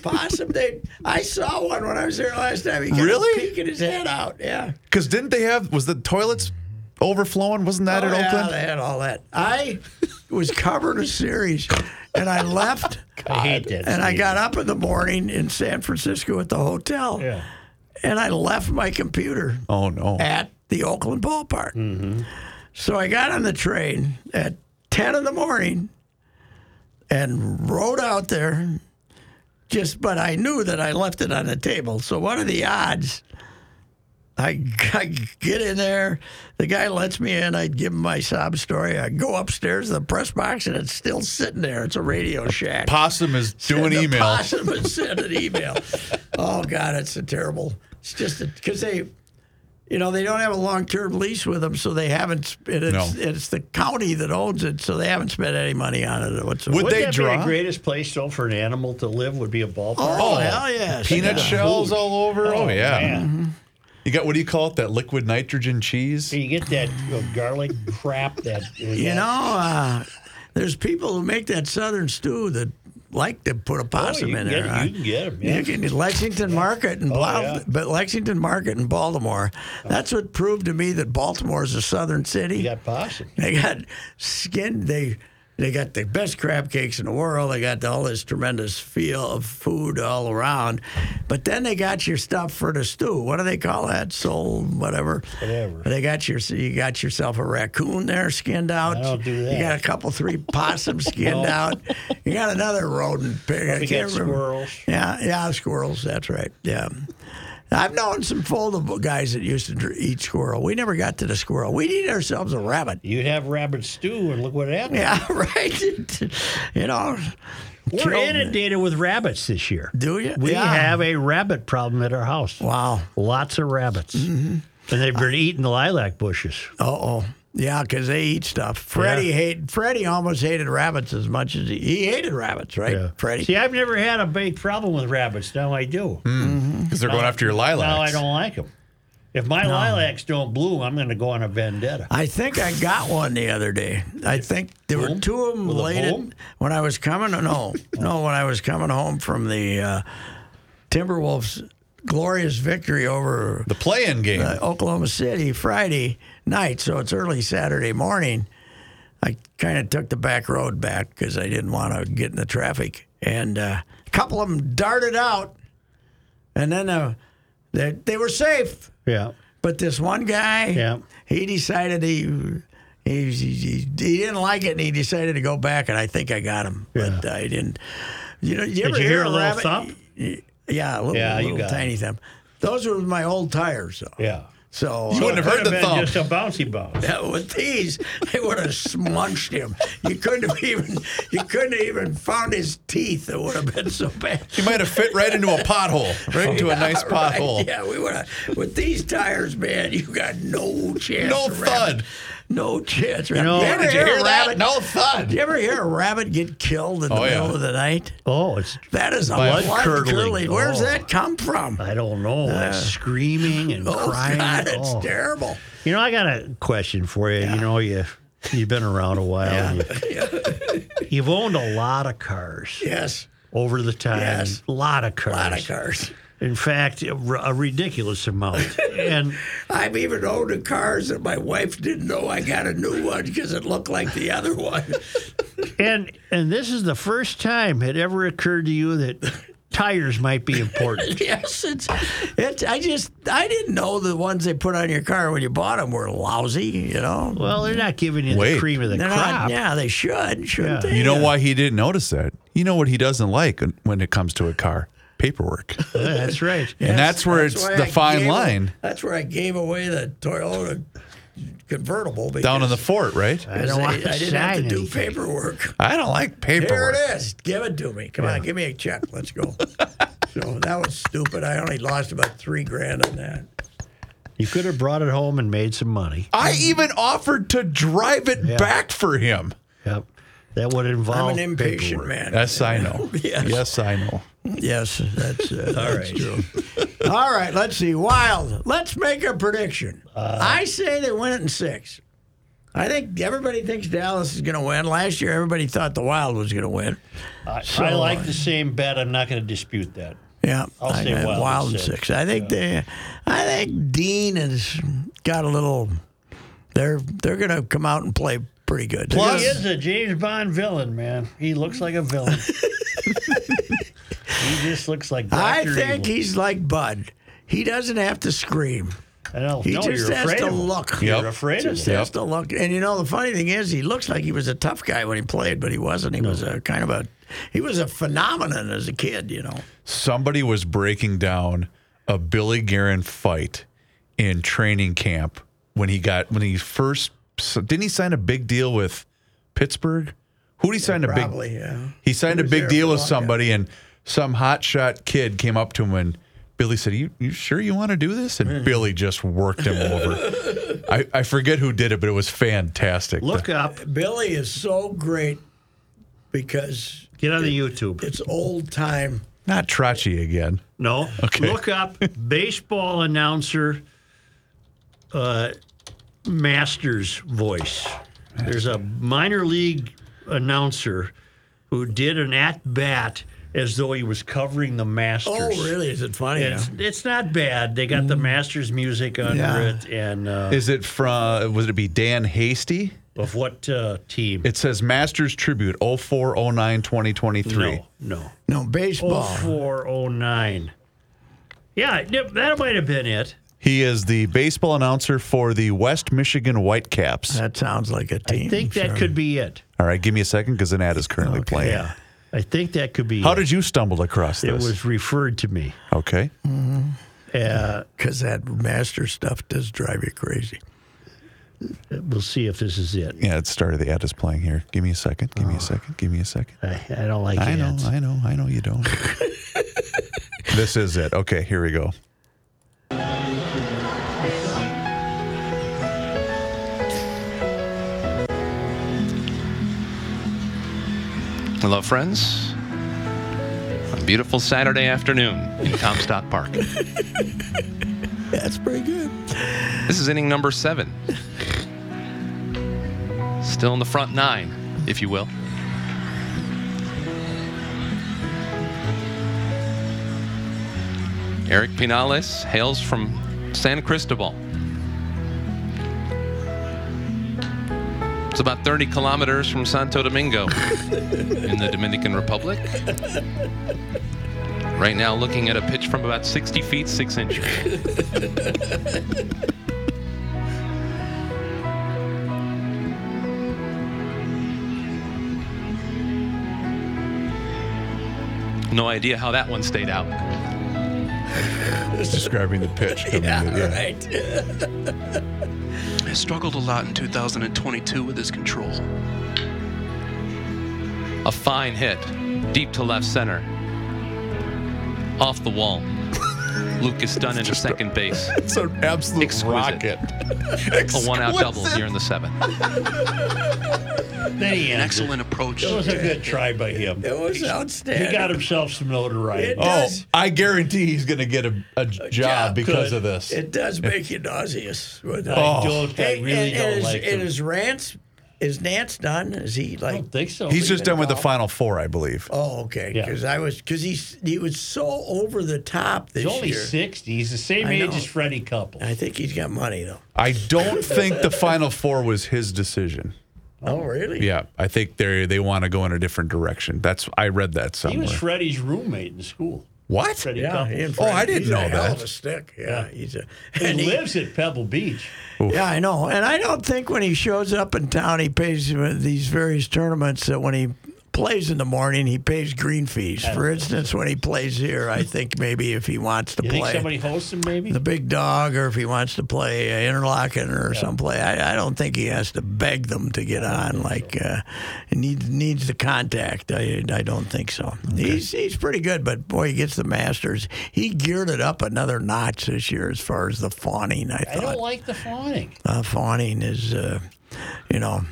S1: the possum. They, I saw one when I was there last time. He kept
S4: Really?
S1: peeking his head out. Yeah.
S4: Because didn't they have was the toilets overflowing? Wasn't that
S1: Oh,
S4: at
S1: yeah,
S4: Oakland?
S1: They had all that. I was covered a series, and I left.
S2: Uh, I hate that.
S1: And I
S2: Steve.
S1: got up in the morning in San Francisco at the hotel,
S2: Yeah.
S1: and I left my computer
S4: Oh no.
S1: at the Oakland ballpark. So I got on the train at 10 in the morning and rode out there. Just, but I knew that I left it on the table. So what are the odds? I, I get in there. The guy lets me in. I give him my sob story. I go upstairs to the press box, and it's still sitting there. It's a Radio Shack.
S4: Possum is doing
S1: Send a
S4: email.
S1: Possum and send an email. oh God, it's a terrible. It's just because they, you know, they don't have a long term lease with them, so they haven't. And it's,
S4: No.
S1: it's the county that owns it, so they haven't spent any money on it whatsoever.
S4: Would
S2: Wouldn't
S4: they
S2: that be
S4: draw?
S2: the greatest place though for an animal to live? Would be a ballpark.
S1: oh, hell yes.
S4: Peanut
S1: yeah. Mm-hmm.
S4: shells all over. Oh, yeah.
S2: man.
S4: You got what do you call it? That liquid nitrogen cheese?
S2: So you get that uh, garlic crap that
S1: You know, uh, there's people who make that southern stew that like to put a possum
S2: Oh, you
S1: in
S2: can
S1: there.
S2: get 'em,
S1: huh?
S2: you can get 'em,
S1: You
S2: yeah. Oh,
S1: can- Lexington Market and Blau-
S2: yeah.
S1: but Lexington Market and Baltimore. That's what proved to me that Baltimore is a southern city.
S2: You got possum.
S1: They got skin. They they got the best crab cakes in the world. They got all this tremendous feel of food all around, but then they got your stuff for the stew. What do they call that? Soul, whatever.
S2: Whatever.
S1: They got your you got yourself a raccoon there skinned out.
S2: I don't do that.
S1: You got a couple three possums skinned out. You got another rodent pig. I
S2: We
S1: can't
S2: got
S1: remember.
S2: squirrels.
S1: Yeah, yeah, squirrels. That's right. Yeah. I've known some foldable guys that used to dr- eat squirrel. We never got to the squirrel. We need ourselves a rabbit.
S2: You'd have rabbit stew, and look what happened.
S1: Yeah, right. you know,
S2: We're
S1: Killed
S2: inundated with rabbits this year.
S1: do you?
S2: We
S1: Yeah.
S2: have a rabbit problem at our house.
S1: Wow. Mm-hmm.
S2: Lots of rabbits. And they've been eating the lilac bushes.
S1: Uh oh. Yeah, because they eat stuff. Freddie hate Freddie almost hated rabbits as much as he, he hated rabbits, right? Freddie.
S2: See, I've never had a big problem with rabbits. Now I do.
S4: because they're going after your lilacs.
S2: Now I don't like them. If my lilacs don't bloom, I'm going to go on a vendetta.
S1: I think I got one the other day. I think there were two of them
S2: a
S1: late at-
S2: home?
S1: when I was coming. No, no, when I was coming home from the uh, Timberwolves' glorious victory over
S4: The play-in game.
S1: uh, Oklahoma City Friday night, so it's early Saturday morning. I kind of took the back road back because I didn't want to get in the traffic. And uh, a couple of them darted out, and then uh, they, they were safe.
S2: Yeah.
S1: But this one guy,
S2: Yeah.
S1: he decided he, he, he, he didn't like it and he decided to go back, and I think I got him. But I didn't. You know, you ever
S2: Did you hear a little
S1: rabbit?
S2: thump?
S1: Yeah, a little,
S2: Yeah, you
S1: little
S2: got
S1: tiny thump. Those were my old tires, though.
S2: Yeah.
S1: So
S4: You
S1: uh,
S4: wouldn't have heard
S2: Could've
S4: the
S2: been
S4: thump.
S2: Just a bouncy bounce.
S1: yeah, with these, they would have smunched him. You couldn't have even you couldn't have even found his teeth. It would have been so bad.
S4: You might have fit right into a pothole, right into a nice
S1: Right,
S4: pothole.
S1: Yeah, we would have with these tires, man. You got no chance.
S4: No
S1: of
S4: thud.
S1: rabbit. No chance. You
S2: know-
S1: ever
S4: Did you
S1: a
S4: hear that?
S1: rabbit-
S4: No
S1: Did you
S4: thud.
S1: ever hear a rabbit get killed in the
S4: Oh, yeah.
S1: middle of the night?
S2: Oh, it's
S1: That is a
S4: Blood
S1: blood,
S4: curdling.
S1: curdling. Where's
S2: Oh.
S1: that come from?
S2: I don't know. It's screaming and
S1: Oh
S2: crying.
S1: God, it's
S2: Oh.
S1: terrible.
S2: You know, I got a question for you. You know, you you've been around a while. and You, you've owned a lot of cars
S1: Yes,
S2: over the time.
S1: Yes.
S2: A lot of cars.
S1: a lot of cars.
S2: In fact, a, r- a ridiculous amount. and
S1: I've even owned the cars that my wife didn't know I got a new one because it looked like the other one.
S2: and and this is the first time it ever occurred to you that tires might be important.
S1: yes, it's it's. I just I didn't know the ones they put on your car when you bought them were lousy. You know.
S2: Well, they're not giving you
S4: Wait.
S2: the cream of the
S1: They're
S2: crop.
S1: not, yeah, they should, shouldn't
S2: Yeah.
S1: they?
S4: You know why he didn't notice that? You know what he doesn't like when it comes to a car? Paperwork.
S2: Yeah, That's right.
S4: and that's where
S1: That's
S4: it's
S1: why
S4: the
S1: I
S4: fine
S1: gave-
S4: line
S1: That's where I gave away the Toyota convertible. Because
S4: down in the fort, right?
S2: I
S1: I,
S2: don't want to
S1: I didn't have to
S2: sign
S1: do
S2: anything.
S1: paperwork.
S4: I don't like
S1: Here
S4: paperwork.
S1: it is. Give it to me. Come on, give me a check. Let's go. so that was stupid. I only lost about three grand on that.
S2: You could have brought it home and made some money.
S4: I even offered to drive it back for him.
S2: Yep. That would involve
S1: I'm an impatient
S2: paperwork.
S1: man.
S4: Yes, I know. yes. I know.
S1: yes, that's, uh, that's true. All right, let's see. Wild. Let's make a prediction. I say they win it in six. I think everybody thinks Dallas is going to win. Last year, everybody thought the Wild was going to win.
S2: I, I like the same bet. I'm not going to dispute that.
S1: Yeah,
S2: I'll
S1: I
S2: say
S1: got
S2: Wild in
S1: Wild in
S2: six.
S1: six. I think they, I think Dean has got a little. They're they're going to come out and play pretty good. They're
S2: He is a James Bond villain, man. He looks like a villain. he just looks like Dr.
S1: I think
S2: Evil.
S1: he's like Bud. He doesn't have to scream.
S2: I don't
S1: He
S2: know.
S1: just
S2: You're
S1: has
S2: afraid
S1: to
S2: of him.
S1: look.
S4: Yep.
S2: You're afraid of
S1: Just
S2: him.
S1: has to look. And you know the funny thing is, he looks like he was a tough guy when he played, but he wasn't. He was a kind of a he was a phenomenon as a kid. You know.
S4: Somebody was breaking down a Billy Garen fight in training camp when he got when he first didn't he sign a big deal with Pittsburgh? Who did he sign a big
S1: Probably. Yeah.
S4: He signed a
S1: was
S4: big
S1: there
S4: deal
S1: for a
S4: with
S1: long
S4: somebody, and some hotshot kid came up to him and Billy said, "You, you sure you want to do this?" And Billy just worked him over. I, I forget who did it, but it was fantastic.
S2: Look up.
S1: Billy is so great because
S2: Get on the YouTube.
S1: it's old time.
S4: not Trotchy again.
S2: No.
S4: Okay.
S2: Look up baseball announcer uh, Masters voice. There's a minor league announcer who did an at bat as though he was covering the Masters.
S1: Oh, really? Is it funny?
S2: It's, it's not bad. They got the Masters music under
S1: Yeah.
S2: it, and uh,
S4: Is it from? Would it be Dan Hasty?
S2: of what uh, team?
S4: It says Masters Tribute 04, 09, 2023.
S2: No, no.
S1: No baseball.
S2: Oh four, oh nine. Yeah, yep, that might have been it.
S4: He is the baseball announcer for the West Michigan Whitecaps.
S1: That sounds like a team.
S2: I think that could be it.
S4: All right, give me a second because an ad is currently playing.
S2: Yeah, I think that could be.
S4: How
S2: it.
S4: did you stumble across
S2: it
S4: this?
S2: was referred to me?
S4: okay.
S2: Uh,
S1: because that master stuff does drive you crazy.
S2: we'll see if this is it.
S4: Yeah, it started. The ad is playing here. Give me a second. Give me a second. Give me a second.
S2: I, I don't like
S4: Oh. I know.
S2: ads.
S4: I know. I know you don't. this is it. Okay, here we go.
S6: Hello, friends. A beautiful Saturday afternoon in Comstock Park.
S1: That's pretty good.
S6: This is inning number seven. Still in the front nine, if you will. Eric Pinales hails from San Cristobal. It's about 30 kilometers from Santo Domingo in the Dominican Republic. Right now, looking at a pitch from about 60 feet, 6 inches. No idea how that one stayed out.
S4: It's describing the pitch. Coming in, yeah.
S1: Right.
S7: I struggled a lot in 2022 with his control.
S6: A fine hit, deep to left center. Off the wall. Lucas Dunn into second base.
S4: It's an absolute
S6: Exquisite.
S4: rocket.
S6: A one out double
S4: Exquisite.
S6: here in the seventh.
S5: Then he
S7: An
S5: ends
S7: excellent approach.
S5: It. It was a good try by him.
S1: It was
S5: He
S1: outstanding.
S5: got himself some notoriety.
S1: It
S4: Oh,
S1: does.
S4: I guarantee he's going to get a, a job, because
S5: Good.
S4: of this.
S1: It does make you nauseous. But, uh,
S5: I Oh. don't. I
S1: hey,
S5: really
S1: and,
S5: don't
S1: and is,
S5: like
S1: and
S5: him.
S1: is Rance, is Nance done? Is he
S5: I
S1: like?
S5: don't think so.
S4: he's just done with the
S1: golf.
S4: final four, I believe.
S1: Oh, okay.
S5: Yeah.
S1: Because I was because he's he was so over the top this
S5: He's only
S1: year.
S5: 60. He's the same
S1: I
S5: age
S1: know.
S5: as Freddie Couple.
S1: I think he's got money though.
S4: I don't think the final four was his decision.
S1: Oh, really?
S4: Yeah, I think they they want to go in a different direction. That's I read that
S5: He
S4: somewhere.
S5: was Freddie's roommate in school.
S4: what?
S5: Freddie
S1: Yeah.
S5: Couple.
S1: he and
S4: Oh, I
S1: Frank,
S4: didn't
S1: he's
S4: know
S1: a Hell of
S4: that.
S1: a stick. Yeah, he's a.
S5: He
S1: and he-
S5: lives at Pebble Beach.
S1: Yeah, I know. And I don't think when he shows up in town, he pays uh, these various tournaments that when he plays in the morning, he pays green fees. For instance, when he plays here, I think maybe if he wants to
S5: You think
S1: play
S5: somebody hosts him, maybe?
S1: the big dog or if he wants to play uh, Interlaken or someplace, I, I don't think he has to beg them to get on. Like, uh, he needs, needs the contact. I, I don't think so. He's, he's pretty good, but boy, he gets the Masters. He geared it up another notch this year as far as the fawning, I
S5: I
S1: thought
S5: don't like the fawning.
S1: uh, fawning is, uh, you know,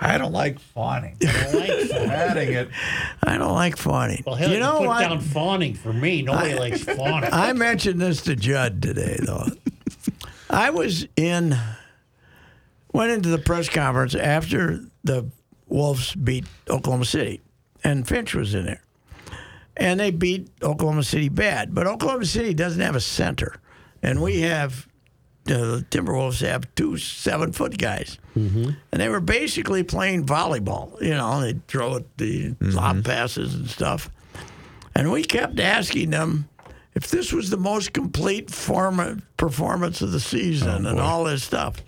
S4: I don't like fawning.
S5: I don't like fawning.
S4: Adding it.
S1: I don't like fawning.
S5: Well, hell,
S1: you know
S5: put
S1: what?
S5: down fawning for me. Nobody likes fawning.
S1: I mentioned this to Judd today, though. I was in, went into the press conference after the Wolves beat Oklahoma City, and Finch was in there. And they beat Oklahoma City bad, but Oklahoma City doesn't have a center, and we have uh, the Timberwolves have two seven foot guys, and they were basically playing volleyball. You know, they throw it the lob passes and stuff. And we kept asking them if this was the most complete form performance of the season and all this stuff.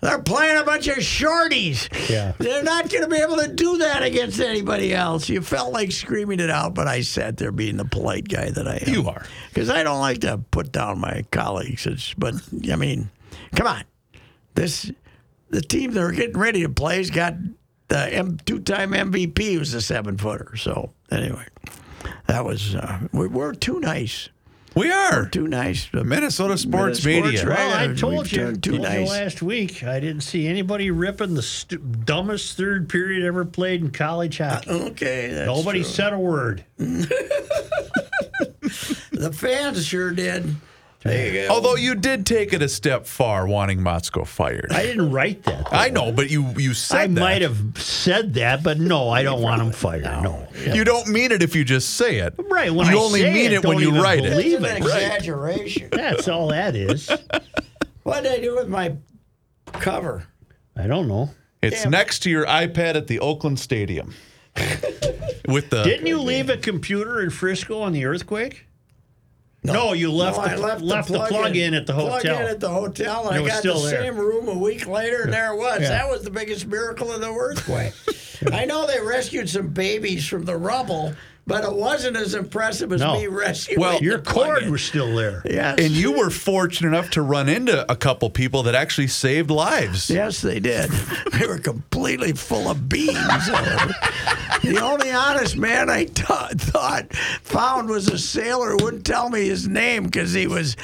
S1: They're playing a bunch of shorties.
S2: Yeah.
S1: They're not going to be able to do that against anybody else. You felt like screaming it out, but I sat there being the polite guy that I am.
S4: You are.
S1: Because I don't like to put down my colleagues. It's, but, I mean, come on. This the team they're getting ready to play has got the M- two-time MVP who's a seven-footer. So anyway, that was uh, we we're too nice,
S4: We are.
S1: too nice.
S4: Minnesota sports media.
S1: right?
S5: Well, I
S1: We've
S5: told you,
S1: turned too
S5: told you
S1: nice.
S5: last week. I didn't see anybody ripping the stu- dumbest third period ever played in college hockey.
S1: Okay, Uh, that's
S5: Nobody
S1: true.
S5: said a word.
S1: The fans sure did. There you go.
S4: Although you did take it a step far, wanting Motzko fired.
S5: I
S4: I,
S5: didn't write that.
S4: know, but you you said
S5: I
S4: that.
S5: might have said that, but no, I don't want him fired. No.
S4: You don't mean it if you just say it.
S5: Right. When
S4: you
S5: I
S4: only
S5: say
S4: mean it, when
S5: don't
S4: you
S5: even
S4: write it.
S5: believe
S1: It's an exaggeration.
S5: That's all that is.
S1: what did I do with my cover?
S5: I don't know.
S4: It's next to your iPad at the Oakland Stadium. With the
S5: Didn't you leave a computer in Frisco on the earthquake? No, you left,
S1: No,
S5: the,
S1: I
S5: left, the plug, in, at the
S1: Plug in
S5: hotel.
S1: at the hotel.
S5: it
S1: I
S5: was
S1: got
S5: still
S1: the
S5: there.
S1: same room a week later, and there it was. That was the biggest miracle of the earthquake. I know they rescued some babies from the rubble, but it wasn't as impressive as
S5: No.
S1: me rescuing.
S4: Well,
S1: the
S5: Your
S1: plug
S5: cord
S1: in.
S5: was still there.
S1: Yes.
S4: and you were fortunate enough to run into a couple people that actually saved lives.
S1: Yes, they did. They were completely full of beans. the only honest man I t- thought found was a sailor who wouldn't tell me his name because he was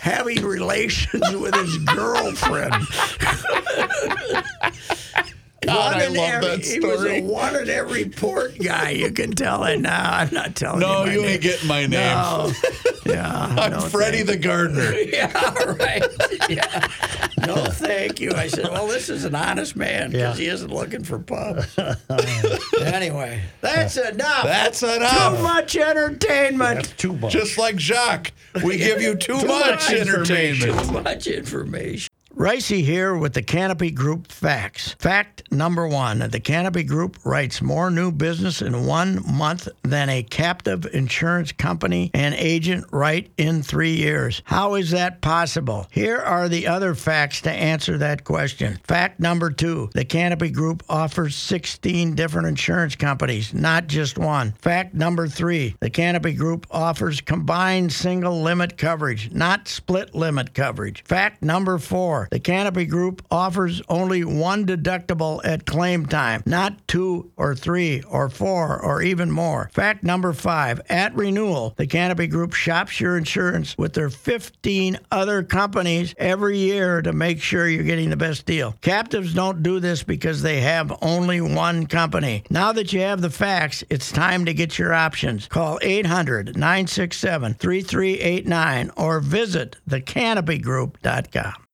S1: having relations with his girlfriend. one
S4: God, I
S1: in
S4: love
S1: every-
S4: that
S1: He was
S4: story.
S1: a one in every port guy. You can tell it. No, I'm not telling you.
S4: No,
S1: my
S4: you
S1: name.
S4: ain't getting my name.
S1: No. Yeah.
S4: I'm
S1: no,
S4: Freddie the gardener.
S1: thank- Yeah, right. Yeah. No, thank you. I said, well, this is an honest man because he isn't looking for pubs. anyway, that's enough.
S4: That's
S1: Too
S4: enough.
S1: much entertainment.
S2: Too much.
S4: Just like Jacques, we give you too, much,
S1: much
S4: entertainment.
S1: Too much information. Ricey here with the Canopy Group facts. Fact number one that the Canopy Group writes more new business in one month than a captive insurance company and agent write in three years. How is that possible? Here are the other facts to answer that question. Fact number two the Canopy Group offers 16 different insurance companies, not just one. Fact number three the Canopy Group offers combined single limit coverage, not split limit coverage. Fact number four the Canopy Group offers only one deductible at claim time, not two or three or four or even more. Fact number five at renewal, the Canopy Group shops your insurance with their 15 other companies every year to make sure you're getting the best deal. Captives don't do this because they have only one company. Now that you have the facts, it's time to get your options. Call 800 967 3389 or visit thecanopygroup.com.